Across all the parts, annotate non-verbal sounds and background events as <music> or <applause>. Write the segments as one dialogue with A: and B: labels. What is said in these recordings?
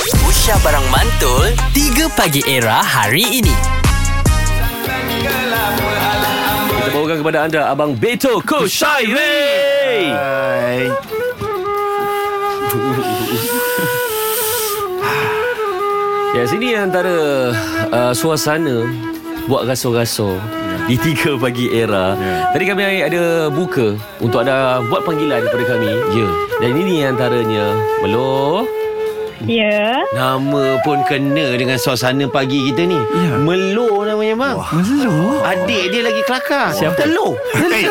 A: Aisyah Barang Mantul 3 Pagi Era hari ini
B: Kita bawakan kepada anda Abang Beto Kushairi
C: Hai.
B: Ya sini antara uh, Suasana Buat raso-raso Di 3 pagi era Tadi kami ada buka Untuk anda buat panggilan kepada kami Ya Dan ini antaranya Melo
D: Ya.
B: Nama pun kena dengan suasana pagi kita ni ya. Melo namanya bang Wah.
C: Melo.
B: Adik dia lagi kelakar Siapa? Eh. Telo
C: Hey.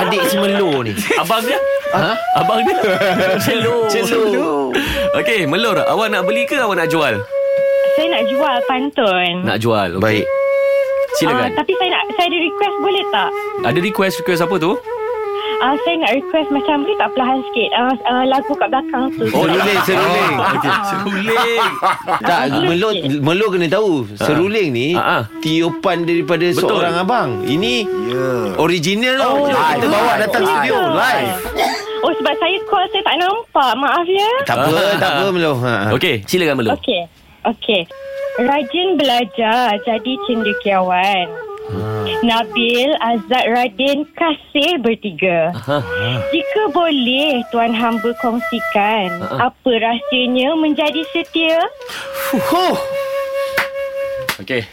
B: Adik si Melo ni Abang dia ha? Abang dia Celo Celo Okey Melor Awak nak beli ke awak nak jual?
D: Saya nak jual pantun.
B: Nak jual okay. Baik
D: Ah,
B: Silakan
D: tapi saya nak saya ada request boleh tak?
B: Ada request-request apa tu?
D: Ah, saya nak request macam boleh tak perlahan sikit ah, ah, lagu kat belakang tu. Ah,
B: Oh,
E: Seruling, seruling.
B: Okey Seruling
E: Tak, Melo, Melo kena tahu. Seruling ni
B: Ha, ha.
E: tiopan daripada
B: Betul.
E: seorang abang. Ini
C: Ya.
E: original tau.
D: Oh,
E: Ah, Kita
D: live.
E: bawa
B: Ah.
E: datang
D: Live.
E: studio live.
D: ah. Oh sebab saya call saya tak nampak. Maaf ya.
E: Tak apa,
B: Ah.
E: tak apa Melo. Ha.
B: Okey Silakan Melor
D: Okey. Okey. Rajin belajar jadi cendekiawan. Nabil, Azad, Radin, kasih bertiga. Jika boleh tuan hamba kongsikan apa rahsianya menjadi setia?
E: Huh.
B: Okey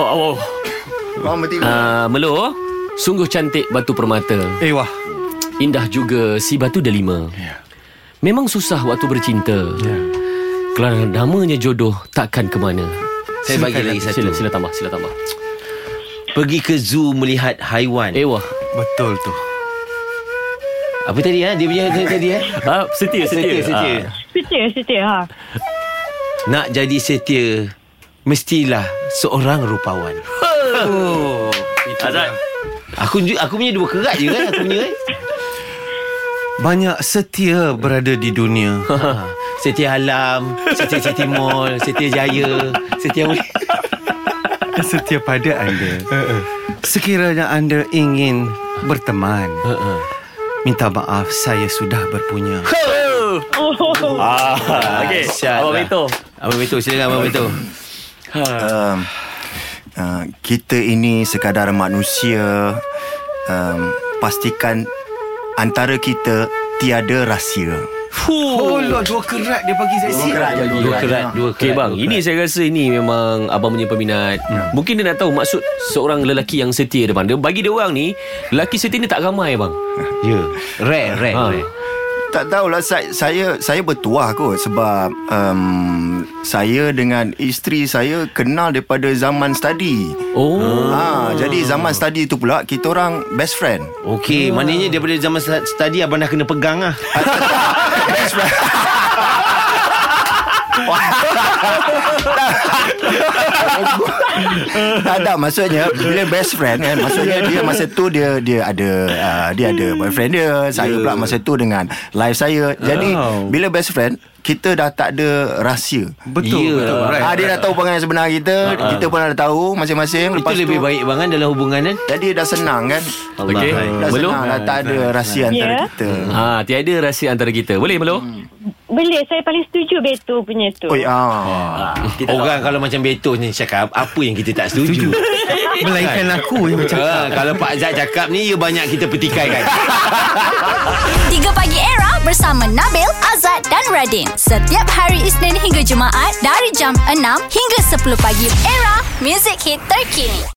B: Oh, oh.
C: Orang bertiga.
B: Uh, Melor Sungguh cantik batu permata
C: Eh wah.
B: Indah juga si batu delima. Yeah.
E: Ya.
B: Memang susah waktu bercinta. Yeah. Kerana namanya jodoh takkan ke mana.
E: Saya bagi lagi satu.
B: Sila, sila tambah, sila tambah.
E: Pergi ke zoo melihat haiwan. Eh.
B: Ewa.
C: Betul tu.
E: Apa tadi ha? Dia punya tadi, tadi ha?
B: Ah, setia, setia.
E: Setia, setia.
B: Ah.
D: Setia, setia. Ha.
E: Nak jadi setia, mestilah seorang rupawan.
B: Azad.
E: Aku ju- aku punya dua kerat je kan aku punya eh.
C: Banyak setia berada di dunia.
E: Ha. Setia Alam, Setia City Mall, Setia Jaya, Setia
C: <laughs> setia pada anda. Sekiranya anda ingin berteman. Minta maaf saya sudah berpunya.
D: Oh.
B: Ah, Okey,
E: Syah
B: awak
E: lah.
B: Beto.
E: Abang Beto silakan Abang Beto
F: um, uh, kita ini sekadar manusia um, pastikan antara kita tiada rahsia.
C: Oh, Lord, dua kerat dia bagi saya siap.
E: Dua kerat Dua kerat
B: Okey bang, ini saya rasa ini memang abang punya peminat.
E: Ya.
B: Mungkin dia nak tahu maksud seorang lelaki yang setia depan. Dia bagi dia orang ni, lelaki setia ni tak ramai bang.
E: Ya Rare Rare,
B: Ha.
E: rare.
F: Tak tahulah saya saya saya bertuah kot sebab um, saya dengan isteri saya kenal daripada zaman study.
B: Oh.
F: Ah, jadi zaman study tu pula kita orang best friend.
C: Ya.
E: Okey Maknanya daripada zaman sta- study Abang dah kena pegang lah
C: Ah,
F: tak ada maksudnya bila best friend kan maksudnya dia masa tu dia dia ada uh, dia ada boyfriend dia saya pula masa tu dengan life saya jadi
C: Oh.
F: bila best friend kita dah tak ada rahsia
C: Betul.
E: Ya.
C: betul.
F: right, ah, dia dah tahu perangai sebenar kita kita pun dah tahu
E: Ah,
F: masing-masing
E: Itu
F: lepas
E: lebih
F: tu
E: baik Eh, bang kan Dalam hubungan kan
F: jadi dah senang kan
B: Okey.
F: dah
B: Belum?
F: senang dah tak ada rahsia antara
D: Ya.
F: kita
B: Ha, tiada rahsia antara kita. Boleh Melo? Hmm.
D: Boleh, saya paling setuju Beto punya tu.
F: Oi, ah.
E: Orang kalau macam Beto ni cakap Apa yang kita tak setuju
C: Melainkan aku yang macam
E: ha, Kalau Pak Zat cakap ni Ya banyak kita petikai
C: <laughs>
E: kan
G: 3 Pagi Era bersama Nabil, Azad dan Radin. Setiap hari Isnin hingga Jumaat dari jam 6 hingga 10 pagi. Era, music hit terkini.